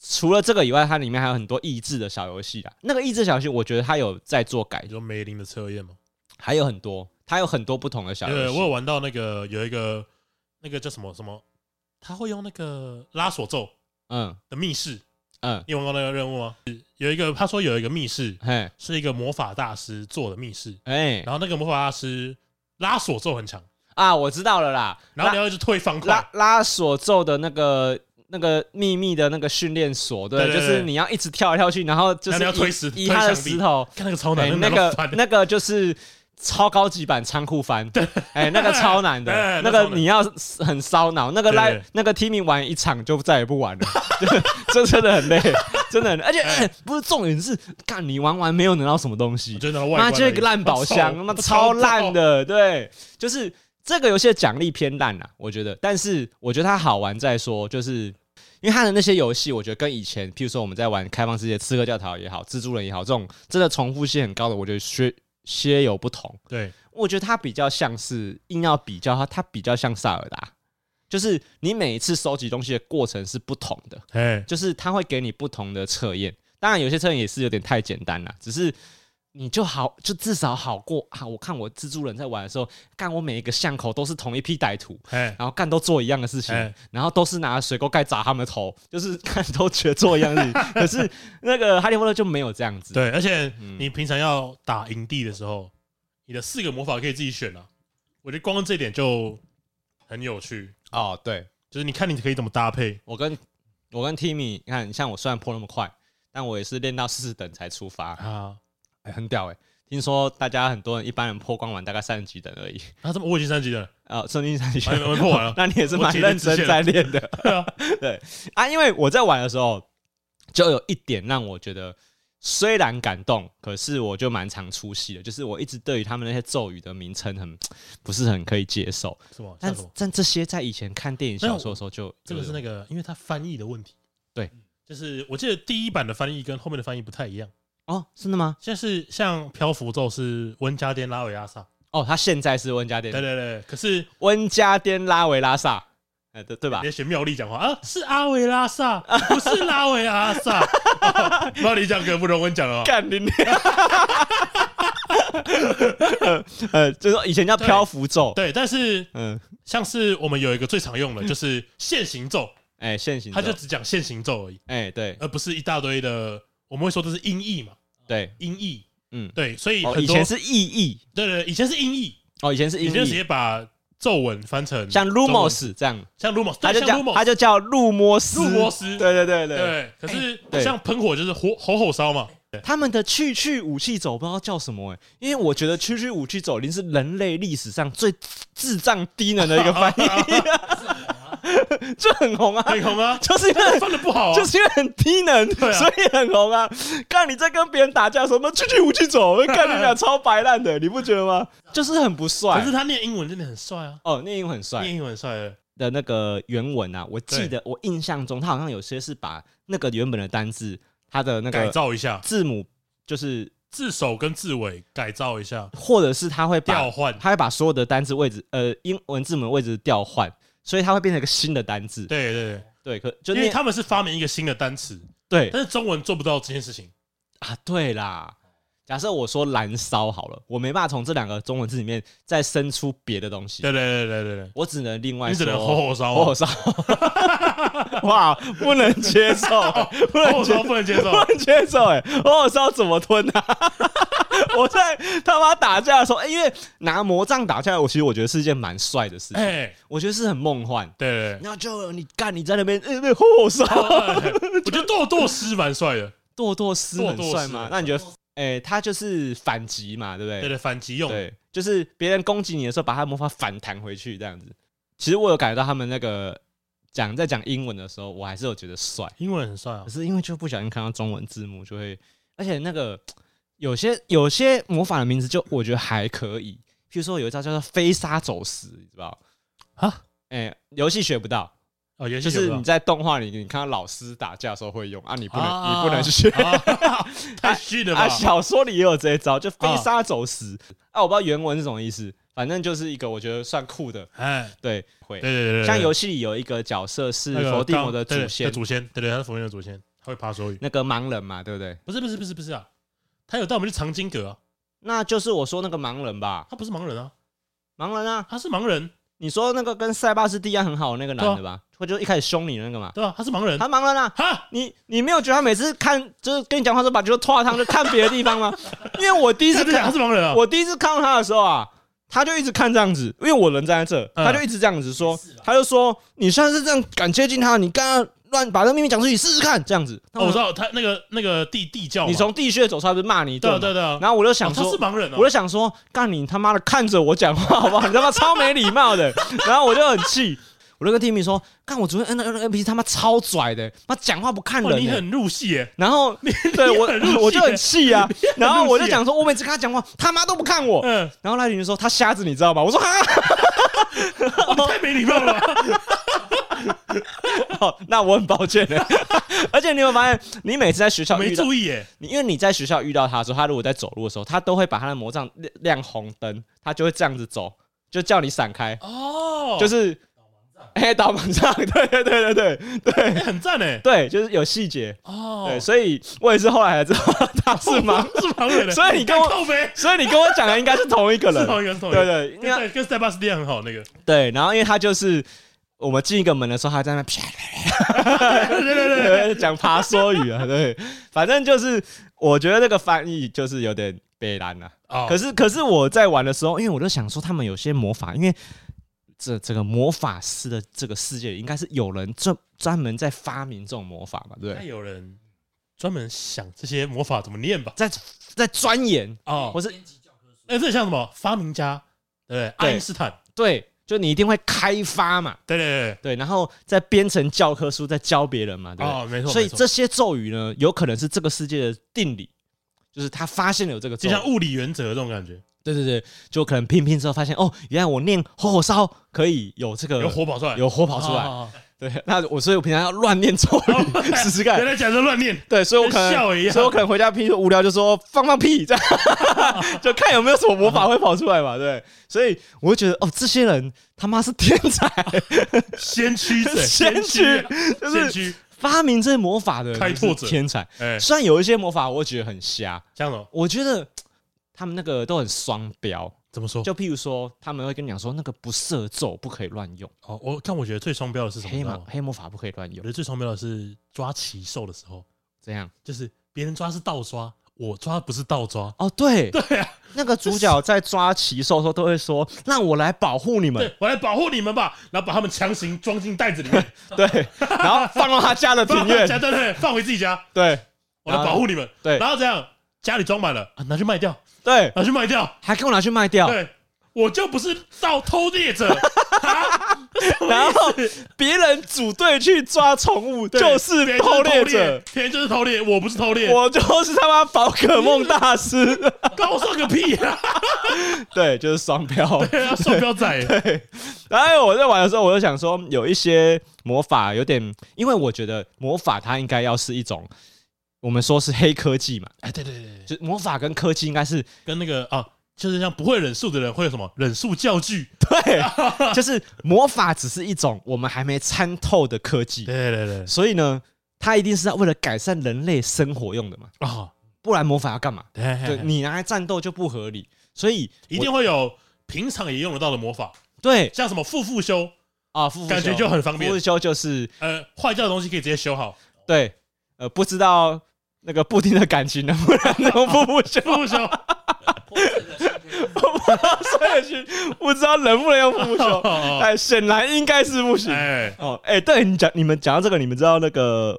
除了这个以外，它里面还有很多益智的小游戏啦。那个益智小游戏，我觉得它有在做改你，说梅林的测验嘛？还有很多，它有很多不同的小对，游我有戏。玩到那个有一个那个叫什么什么，他会用那个拉锁咒嗯的密室，嗯，你有玩过那个任务吗？是有一个他说有一个密室嘿，是一个魔法大师做的密室，哎然后那个魔法大师拉锁咒很强，啊，我知道了啦。然后你要一直退方块拉，拉索咒的那个那个秘密的那个训练所，对，对对对就是你要一直跳来跳去，然后就是然后你要移推石移推他的墙壁石头，看那个超哎、难，那个个那个就是。超高级版仓库翻，哎、那个超难 的，哎那那超个难你要很烧脑，那个对来对那个 Timmy 玩一场就再也不玩了， 这真的很累，真的很累，而且、哎不是重点是，干你玩完没有拿到什么东西，真的外妈观就一个烂宝箱，他妈超烂，的，对，就是这个游戏的奖励偏烂啦，我觉得。但是我觉得它好玩在说，就是因为它的那些游戏，我觉得跟以前，譬如说我们在玩开放世界、刺客教条也好、蜘蛛人也好，这种真的重复性很高的，我觉得些些有不同。对，我觉得它比较像是硬要比较它，它比较像萨尔达，就是你每一次收集东西的过程是不同的。哎，就是他会给你不同的测验。当然，有些测验也是有点太简单了，只是你就好，就至少好过啊！我看我蜘蛛人在玩的时候，干我每一个巷口都是同一批歹徒，哎，然后干都做一样的事情哎，然后都是拿水沟盖砸他们的头，就是 看都觉得做一样的事情。可是那个哈利波特就没有这样子，对，而且嗯你平常要打营地的时候，你的四个魔法可以自己选啊，我觉得光这点就很有趣，哦，对就是你看你可以怎么搭配，我跟我跟 Timmy，你看，像我虽然破那么快，但我也是练到四十等才出发，啊，哎很屌哎、听说大家很多人一般人破光完大概三十几等而已，那这么我已经三级 了，呃，圣经上学哎我们破完了 那你也是蛮认真在练的对啊，啊。因为我在玩的时候，就有一点让我觉得虽然感动，可是我就蛮常出戏的，就是我一直对于他们那些咒语的名称很不是很可以接受，什么像但什么，但这些在以前看电影小说的时候就这个是那个个，因为它翻译的问题，对，就是我记得第一版的翻译跟后面的翻译不太一样，哦，真的吗？像是像漂浮咒是温加颠拉维阿萨，哦，他现在是温家对对颠，对，可是温家颠拉维拉萨，哎，对对吧你？在学妙丽讲话啊，是阿维拉萨，不是拉维阿萨。哦妙丽讲跟不容温讲了哦，干你娘！ 呃，就是说以前叫漂浮咒，对，但是嗯，像是我们有一个最常用的就是现行咒，哎，现行咒，它就只讲现行咒而已，哎，对而不是一大堆的。我们会说这是音译嘛，对，音译，嗯，对，所以哦，很以多前是意译，对对，对以前是音译，哦，以前是以音前直译，接把咒文翻成像中文 Lumos 这样，像 Lumos，他就对像叫他 Lumos，就叫路摩斯，路摩斯对对对对，对，可是对像喷火就是火吼吼烧嘛，他们的去去武器走不知道叫什么哎，因为我觉得去去武器走已经是人类历史上最智障低能的一个翻译， 就很红啊，很红啊，就是因 为放的不好啊，就是因为很低能，对啊所以很红啊。看你在跟别人打架的时候，什么去去武器走，看你俩超白烂的，你不觉得吗？就是很不帅可是。他念英文真的很帅啊，哦，聂英很帅念英文很帅的，的那个原文啊，我记得我印象中，他好像有些是把那个原本的单字，他的那改个造一下，字母，就是字首跟字尾改造一下，或者是他会把调换，他会把所有的单字位置，呃，英文字母的位置调换，所以它会变成一个新的单字。对对对，可就对，因为聂他们是发明一个新的单词，对但是中文做不到这件事情，啊，对啦。假设我说燃烧好了，我没办法从这两个中文字里面再生出别的东西。对对对对对我只能另外对，你只能说吼吼烧火啊，烧， 哇，不能接受，不吼吼能接烧，哦不能接受，不能接受，哎，火烧怎么吞啊？ 我在他妈打架的时候，哎，因为拿魔杖打架，我其实我觉得是一件蛮帅的事情，哎，我觉得是很梦幻。对对对 然后就你干你在那边， 呃，那火烧，哎我觉得剁剁师蛮帅的，堕堕斯很堕堕帅斯吗？那你觉得，哎，他就是反击嘛，对不对？对对，反击用，对，就是别人攻击你的时候，把他魔法反弹回去这样子。其实我有感觉到他们那个讲在讲英文的时候，我还是有觉得帅，英文很帅啊可，是因为就不小心看到中文字幕，就会，而且那个有些有些魔法的名字就我觉得还可以，譬如说有一招叫做飞沙走石，你知道？啊，哎、游戏学不到，哦，也就是你在动画里你看到老师打架的时候会用啊，你不能、啊你不能学。 太虚了吧啊，？小说里也有这一招，就飞沙走石啊，我不知道原文是什么意思，反正就是一个我觉得算酷的，哎，对，对会对对对，像游戏里有一个角色是那个佛地魔刚的对对祖先的，祖先，对对，他是佛地魔的祖先，他会爬手语，那个盲人嘛，对不对？不是不是不是不是啊，他有带我们去藏经阁啊，那就是我说那个盲人吧，他不是盲人啊，盲人啊，他是盲人，你说那个跟塞巴斯蒂亚很好的那个男的吧，或就一开始凶你的那个嘛，对吧？他是盲人，他盲人啊。啊哈，你你没有觉得他每次看就是跟你讲话的时候把球拖到他们就看别的地方吗？因为我第一他次是他看是盲人啊，我第一次看到他的时候啊，他就一直看这样子，因为我人站在这，嗯他就一直这样子说，他就说你下次这样敢接近他，你刚刚乱把这秘密讲出去试试看，这样子。哦，我知道他那个那个地地窖嘛，你从地穴走出来不是骂你一对啊顿吗？对啊对啊，然后我就想哦说他是。盲人啊，我就想说，干你他妈的看着我讲话好不 好？你他妈超没礼貌的。然后我就很气，我就跟 Timmy 说，干我昨天 N N N P 他妈超拽的，他讲话不看哇，人哦欸你的、很入戏欸耶，然后对你 我很入戏欸我就很气啊， 然后我就耶讲说，我每次跟他讲话，他妈都不看我。嗯，然后赖雨就说他瞎子，你知道吗？我说哈， 哇你太没礼貌了吧，哦那我很抱歉的。 而且你有没有发现，你每次在学校没遇到注意欸耶，你，因为你在学校遇到他的时候，他如果在走路的时候，他都会把他的魔杖亮亮红灯，他就会这样子走，就叫你闪开，哦，就是是哎导盲杖， 对对对对对对很赞哎，对，就是有细节。哦，对，所以我也是后来才知道他是盲，是盲人耶，欸所以你跟我靠背所以你跟我讲的应该是同一个是人，同一个是同一对个，对，因跟为塞跟塞巴斯蒂亚很好那个，对，然后因为他就是我们进一个门的时候，他在那啪啪 对对对对，啪 讲爬梭语啊，对，反正就是我觉得那个翻译就是有点悲蓝啊了、哦，可是可是我在玩的时候，因为我就想说他们有些魔法，因为这这个魔法师的这个世界里应该是有人专专门在发明这种魔法嘛，对不该对？有人专门想这些魔法怎么念吧？在在钻研，哦，或是哎，这很像什么发明家，对不对？对爱因斯坦，对，就你一定会开发嘛，对对对，然后再编成教科书，再教别人嘛，对对，不对？哦，没错，所以没错这些咒语呢，有可能是这个世界的定理，就是他发现了有这个咒就语，像物理原则这种感觉，对对对，就可能拼拼之后发现哦，原来我念火火烧可以有这个有火跑出来，呃有火跑出来，哦，对，那我所以我平常要乱念咒语 试试原看。来讲的乱念，对，所以我可跟笑一能，样所以我可能回家拼无聊就说放放屁，这样就看有没有什么魔法会跑出来嘛，对。所以我就觉得，哦，这些人他妈是天 才，先驱者，先驱啊，就先是驱，发明这些魔法的人开拓者就是天才。哎，虽然有一些魔法我觉得很瞎，这样哦，我觉得他们那个都很双标，怎么说？就譬如说，他们会跟你讲说那个不射咒不可以乱用，哦，我看我觉得最双标的是什么？你黑知魔道吗黑魔法不可以乱我用觉，得最双标的是抓奇兽的时候，这样。就是别人抓是倒抓，我抓不是倒抓，哦，对，对啊，那个主角在抓奇兽的时候都会说：“让我来保护你们。对我来保护你们吧，然后把他们强行装进袋子里面，”对，然后放到他家的 庭 放回院。家，对对，对放回自己家，对我来保护你们。对然后这样家里装满了、啊，拿去卖掉，对，拿去卖掉。还给我拿去卖掉。 对，我就不是盗偷猎者，啊然后别人组队去抓宠物，对就是别人偷猎猎者，，别人就是偷猎，我不是偷猎，啊我就是他妈宝可梦 大师，关我算个屁啊呀！ 对，就是双标。对啊，双标 仔，然后我在玩的时候，我就想说，有一些魔法有点，因为我觉得魔法它应该要是一种，我们说是黑科技嘛，哎，对对对，对就魔法跟科技应该是 跟那个啊，就是像不会忍术的人会有什么忍术教 具？对，就是魔法只是一种我们还没参透的科技，对对对所以呢，它一定是要为了改善人类生活用的嘛，啊，不然魔法要干嘛？对对嗯你拿来战斗就不合理，所以一定我会有平常也用得到的魔法，对像什么复复修，啊，复感觉就很方便复修就是呃，坏掉的东西可以直接修 好，对，呃，不知道那个布丁的感情能不 能用复复修，复复修，哦不知道摔下去，不知道能不能用复复修，哦 但显然哎应该是不行。哎，哦，哎、对你讲，你们讲到这个，你们知道那个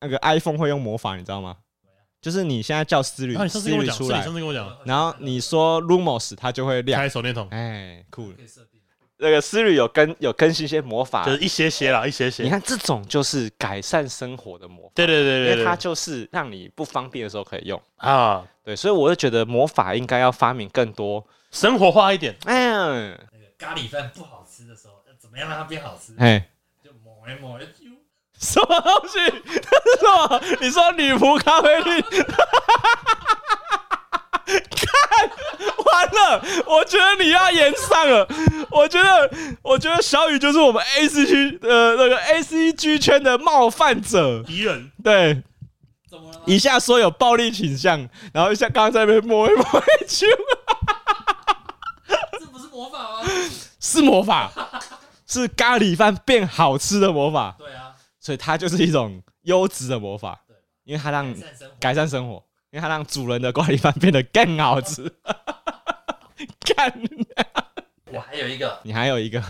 那个 iPhone 会用魔法，你知道吗？就是你现在叫 Siri，Siri、啊那你上次跟我讲，是出你上来次，跟我讲，然后你说 Lumos，它就会亮。开手电筒，哎，酷了。那个 Siri 有更有更新一些魔法就，是一些些啦，一些些你。看这种就是改善生活的魔法，对对因对为对它对，就是让你不方便的时候可以用。啊，对，所以我就觉得魔法应该要发明更多。生活化一点，嗯，那个咖喱饭不好吃的时候，要怎么样让它变好 吃？哎，就抹一抹一哎揪，什么东西？ 这是什么？你说女仆咖啡厅？ 看，完了！我觉得你要演上了。我觉得，我觉得小雨就是我们 A C 区呃那个 A C G 圈的冒犯者。敌人对，怎么了吗？以下说有暴力倾向，然后像刚刚在那边摸一摸一揪， 这不是魔法吗？ 是魔法，是咖喱饭变好吃的魔法，对啊，所以它就是一种优质的魔法对，因为它让改改善生活。善生活，因为它让主人的咖喱饭变得更好吃。 干，我还有一个你还有一 个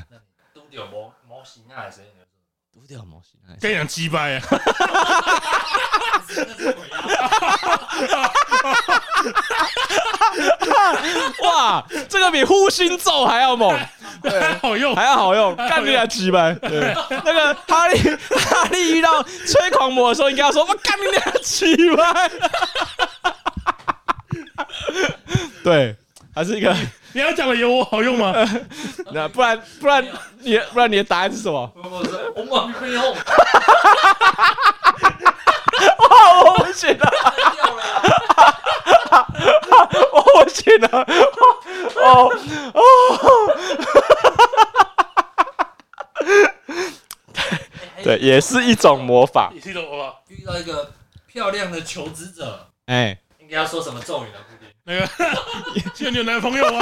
都有模模型啊，谁呢？丢掉模型，跟你讲鸡掰啊， 那是鬼啊！哇，这个比护心咒还 要猛，还 好用，还要好用，干你俩鸡掰！对，那个哈利，哈利遇到吹狂魔的时候，应该要说 我干你俩鸡掰。 对，还是一个，你要讲的有我好用吗？呃那不然不然你不然你的答案是什 么？我说 我抹没 用，哇，哦我不行了。掉了啊呀！ 我不行了，哦哦哦，哎对，也是一种魔法。你听懂我吧？遇到一个漂亮的求职者，哎，应该要说什么咒语呢？布 丁，那个， 现在你有男朋友啊 吗？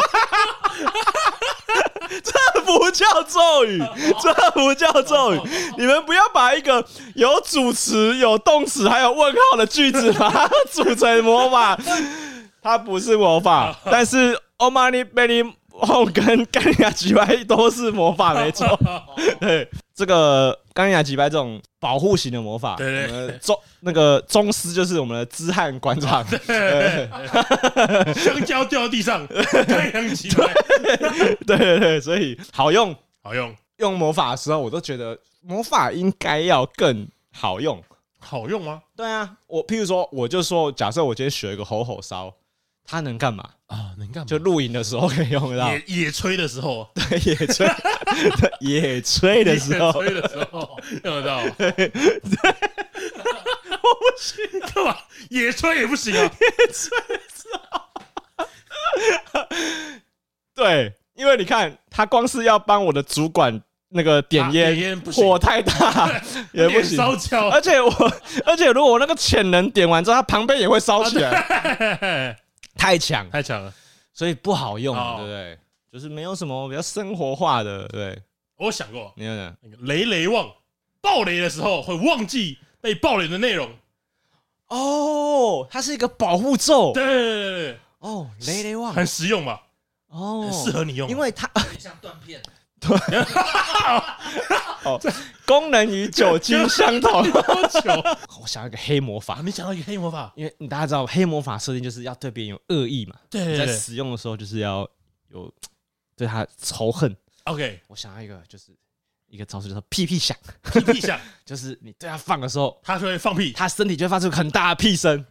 这不叫咒 语，这不叫咒语。你们不要把一个有主词、有动词还有问号的句子，把它 组成魔法。它不是魔 法，但是 o m a n i b e n i h o 跟干尼亚吉白都是魔 法，没错。对，这个钢牙击败这种保护型的魔法，对对我们宗那个宗师就是我们的支汉馆 长，香蕉掉地上，太阳鸡掰， 对对对，所以好用。好用，用魔法的时候，我都觉得魔法应该要更好用。好用吗？对啊，我譬如说，我就说，假设我今天学一个吼吼烧，它能干嘛？啊，能干嘛？就露营的时候可以用得到，野野炊的时候，对 野炊，对野炊的时候，野炊的时候用得到。对，我不行，干嘛？野炊也不行啊！ 对，因为你看，他光是要帮我的主管那个点啊烟，点烟不行火 太大也不点行，啊烧焦，而且我，而且如果我那个潜能点完之后，它旁边也会烧起啊来，太强， 太强了。所以不好用，哦对不对？就是没有什么比较生活化的，对，我想过，你看呢？那个雷雷忘爆雷的时候会忘记被爆雷的内容。哦，它是一个保护咒，对对对对哦，雷雷对，旺，很实用吧？哦很，适合你用，因为它很像断片，功能与酒精相 同。多 久啊？我想要一个黑魔法，你讲啊到一个黑魔法，因为大家知道黑魔法设定就是要对别人有恶意嘛，对你对在对使用的时候就是要有对他仇恨。 ，OK，我想要一个就是一个招式，就是屁屁响，屁屁 响，就是你对它放的时候，他就会放屁。它身体就会发出很大的屁声，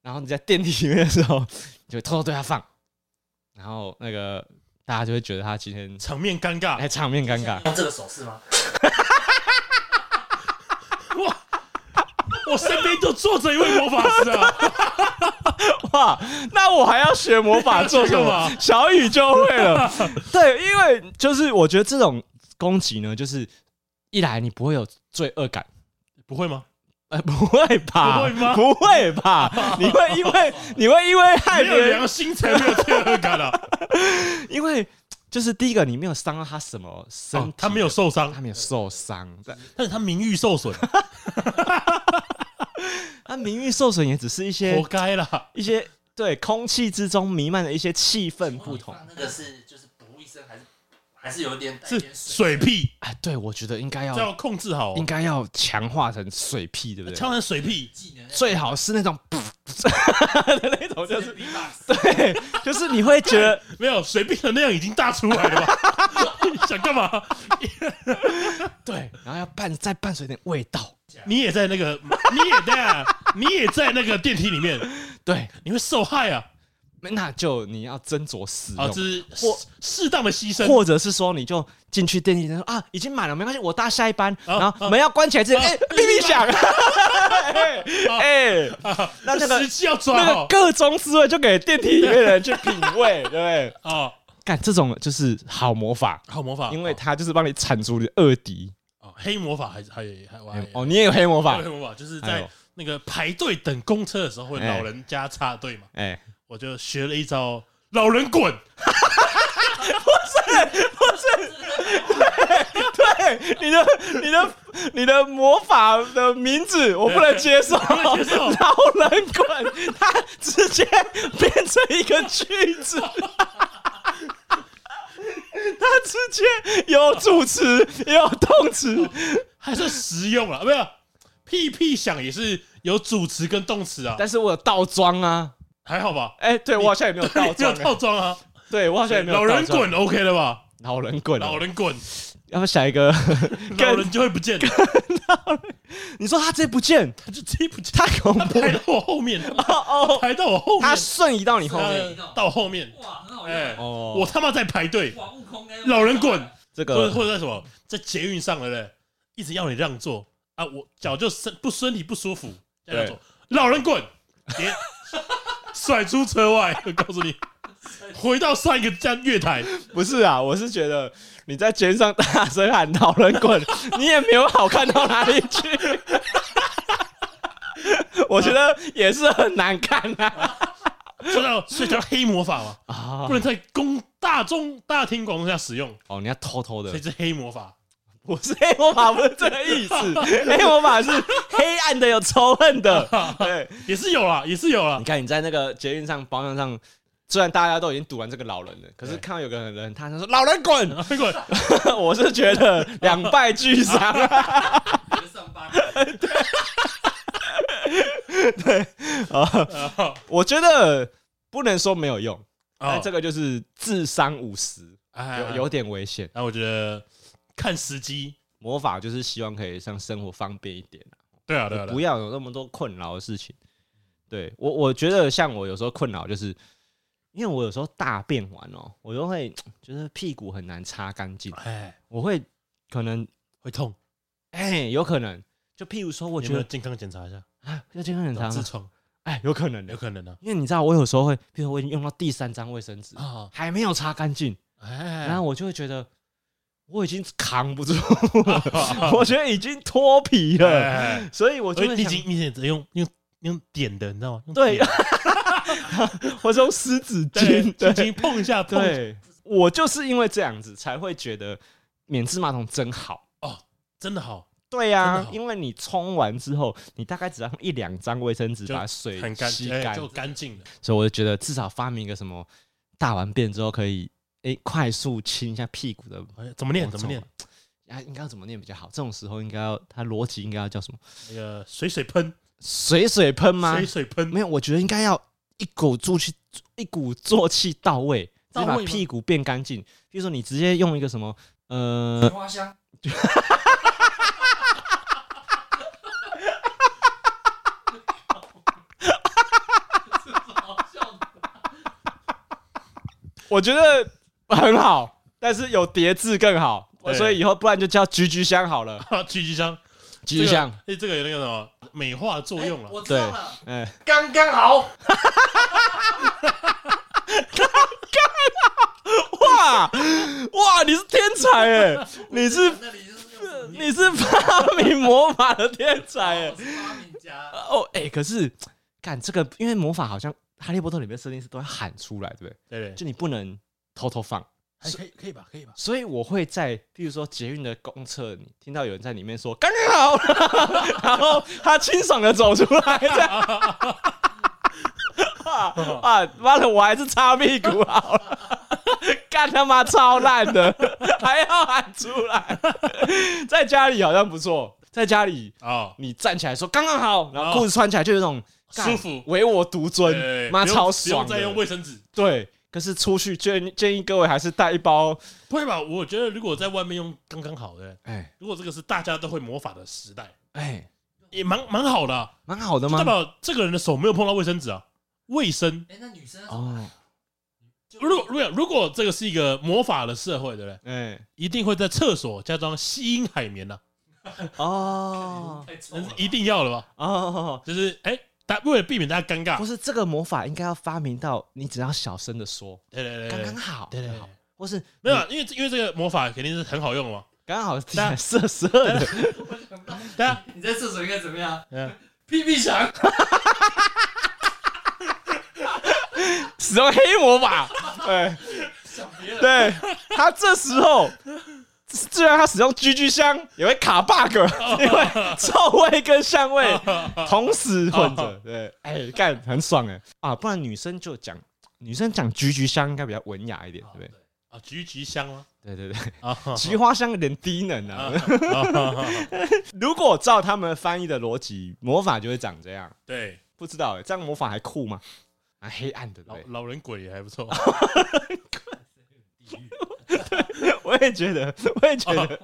然后你在电梯里面的时候，你就会偷偷对它放，然后那个大家就会觉得他今天场面尴尬哎，场面尴尬，用这个手势吗？哇！我身边就坐着一位魔法师啊，哇，那我还要学魔法做什 这个么嘛？小雨就会了。 对，因为就是我觉得这种攻击呢，就是一来你不会有罪恶感。 不会吗？呃， 不会吧？不会吗不会 吧？你会因为你会因为害没别有人，良心才没有罪恶感 啊！因为就是第一个你没有伤到他什么身体、哦他没有，受伤他，没有受伤，但但是他名誉受 损，他啊名誉受损也只是一些活该啦。一些对空气之中弥漫的一些气氛不同。那个是就是补一声，还是还是有一点带一是点水水。屁，哎，对，我觉得应该这要要控制好哦，应该要强化成水屁，对不对？敲成水屁，技能最好是那种的那种，就是比 对，就是你会觉得没有水屁的量已经大出来了吧？你 想干嘛？ 对，然后要伴再伴随点味道，你也在那个，你也在，啊你也在那个电梯里面，对，你会受害啊！那就你要斟酌使啊，用这。是或适适当的牺牲。或者是说，你就进去电梯，说啊，已经满了，没关系，我搭下一班。啊然后门要关起来之前，啊哎，哔哔响，哦 哎，啊那那个时机要抓那个好各种滋味就给电梯里面的人去品味，对不对？啊啊！ 干这种就是好魔法，好魔法，哦因为它就是帮你铲除你的恶敌。哦黑魔法还是还有还有还有哦，你也有黑魔法黑，魔法，就是哎在呦那个排队等公车的时候会老人家插队嘛，哎，我就学了一招老人滚，对，你的、你的、你的魔法的名字我不能接受，能接受老人滚，它直接变成一个句子。 它直接有主词，也有动词，还是实用了，没有屁屁响也是有主词跟动词啊，但是我有倒装啊！还好吧？哎、对我好像也没有 倒没有装、套欸，装啊， 对我好像也没有老人倒装，滚 OK 了吧？老人滚，老，人滚，要不下一个？ 老人就会不见，你说他直接不见，他就追不见，太恐他怖排了！到我后面， 哦哦，排到我后面他，瞬移到你后面，他到后面，哇，很好哎用。，哦，我他妈在排队，哇，悟空跟老人滚，这或者个或者在什么，在捷运上了嘞，一直要你让座啊，我脚就身不身体不舒服，要让座，老人滚，别甩出车外，我告 诉你，回到上一个站月台，不是啊，我是觉得你在街上大声喊“老人滚”， 你也没有好看到哪里去。 我觉得也是很难看啊呐、说 到所以叫黑魔法嘛，啊不。能在公大众大庭广众下使用， 哦，你要偷偷所以的，是黑魔法。 我是黑魔法，不是这个意思。 黑魔法是黑暗的，有仇恨 的。对，也是有啦，也是有 啦你。看你在那个捷运上、包厢上，虽然大家都已经堵完这个老人了，可是对看到有个人，他他说“老人滚 然后滚，”，我是觉得两败俱伤啊。上班，然后 我觉得不能说没有用，哦但这个就是智商五十，哎有有点危险。然后我觉得看时机，魔法就是希望可以让生活方便一点、啊、对啊，对啊，对啊不要有那么多困扰的事情。对我，我觉得像我有时候困扰就是，因为我有时候大便完哦、我就会觉得屁股很难擦干净，哎，我会可能会痛。哎、有可能就譬如说，我我觉觉得得健康检查一下，啊，要健康检查痔吗？疮哎、有可能有的，可能啊。因为你知道我有时候会，譬如我已经用到第三张卫生纸，啊，还没有擦干净。哎，然后我就会觉得我已经 扛不住了，我觉得已经脱皮了，哎，所以我我就已会想经，你得用用用点的，你知道吗？用对点，我用湿纸巾，对，对轻轻碰一下，碰一下对，我就是因为这样子才会觉得免治马桶真好。真的好，对呀、真的好因为你冲完之后，你大概只要用一两张卫生纸就把水很干吸净，干哎，就干净了。所以我就觉得至少发明一个什么大完便之后可以诶快速清一下屁股的。哎怎么念？怎么念？？啊，应该要怎么念比较好？这种时候应该要，它逻辑应该要叫什么？那个水水喷，水水喷吗？水水喷没，有，我觉得应该要一鼓作气，一鼓作气 到位，到再位吗把屁股变干净。比如说，你直接用一个什么，呃， 花香，我觉得很好，但是有叠字更好，对所以以后不然就叫橘橘香好了。狙击枪，橘橘香，哎，这个有那个什么美化作用了。我知道了，哎、刚刚好。 哇哇，你是天才哎、你是那里就是那种你是发明魔法的天才哎、我是发明家，哦哎、可是干这个，因为魔法好像哈利波特里面设定是都要喊出来，对不对？对对，就你不能偷偷放。还可以可以吧，可以吧。所以我会在，譬如说捷运的公厕，你听到有人在里面说“刚刚好”， 然后他清爽的走出来，这样。哦 啊妈的，我还是擦屁股好了， 干他妈超烂的， 还要喊出来。在家里好像不错，在家里哦，你站起来说“刚刚好”，然哦后裤子穿起来就有一种干舒服唯我独尊对，妈哎不用超不用爽再用的。卫生纸。对，可是出去建建议各位还是带一包，不会吧？我觉得如果在外面用刚刚好的，哎如果这个是大家都会魔法的时代，哎。也蛮蛮好的啊、蛮好的就吗代？表这个人的手没有碰到卫生纸啊。卫生，哎，那女生哦，如果如果如果这个是一个魔法的社会，对不对？哎，一定会在厕所加装吸音海绵呐、啊哦，太臭那了是，一定要的吧？哦，就是哎，大为了避免大家尴尬不，是这个魔法应该要发明到你只要小声的说，对对对刚对，刚好，对对对好，或是没有啊，因为因为这个魔法肯定是很好用的嘛。刚刚好是但 色色的，对啊，你在厕所应该怎么样？嗯屁屁墙，使用黑魔法，哎，想别人，对他这时候。虽然他使用居居香也会卡 bug，因为臭味跟香味同时混着，对，哎，干很爽哎啊！不然女生就讲，女生讲居居香应该比较文雅一点，对不对？啊，橘橘香吗？哦对哦对对，啊， 哈菊花香有点低能啊啊。哈哈哈如果照他们翻译的逻辑，魔法就会长这样。对，不知道哎、这样魔法还酷吗？啊，黑暗的老对不老人鬼也还不错。对， 我也觉得，我也觉得。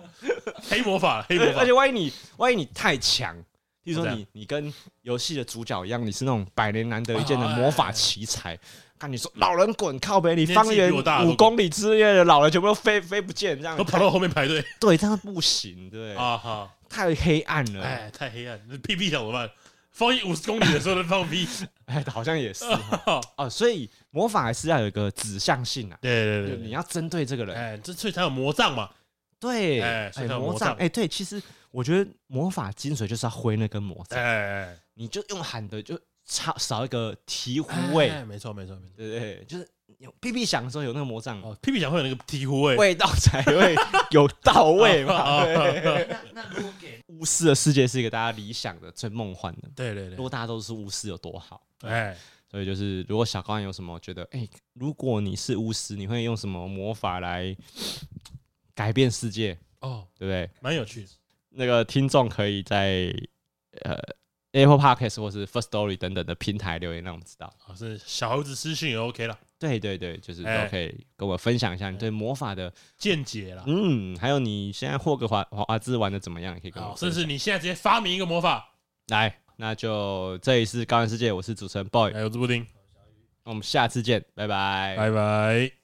黑魔法，黑魔对法 而且，万一你，万一你太强，比如哦这说样你，你跟游戏的主角一样，你是那种百年难得一见的哦魔法奇才。看你说老人滚靠北，你啊纪方圆比我大五公里之内的老人全部都飞飞不见，这样哎都跑到后面排队对，这样不行，对，啊哈！太黑暗了。哎，太黑暗，那屁屁想怎么办？放一五十公里的时候能放 屁？哎，好像 也是哈哦，所以魔法还是要有一个指向性啊，对对就对你对，要针对这个人。哎，这所以才有魔杖嘛。对，哎所以它有魔魔杖哎，对，其实我觉得魔法精髓就是要挥那根魔杖，哎，你就用喊的就差少一个醍哎醐味，哎没错没错没错。对不对？就是有屁屁响的时候有那个魔杖，哦，屁屁想会有那个醍醐味， 味道才会有到位 啊嘛。啊对那那如果给巫师的世界是一个大家理想的、最梦幻的。对对如果对，大家都是巫师有多好？哎，所以就是，如果小高有什么觉得，哎、如果你是巫师，你会用什么魔法来改变世界，哦，对不对？蛮有趣的。那个听众可以在呃 Apple Podcast 或是 First Story 等等的平台留言，让我们知道。啊，是小猴子私讯也 OK 了，对对对，就是哎都可以跟我分享一下你对魔法的，见解啦。嗯，还有你现在霍格华华兹玩的怎么样，也可以跟我好，甚分享至你现在直接发明一个魔法，来。那就这里是高玩世界，我是主持人 boy，还有这布丁，那我们下次见，拜拜哎拜拜。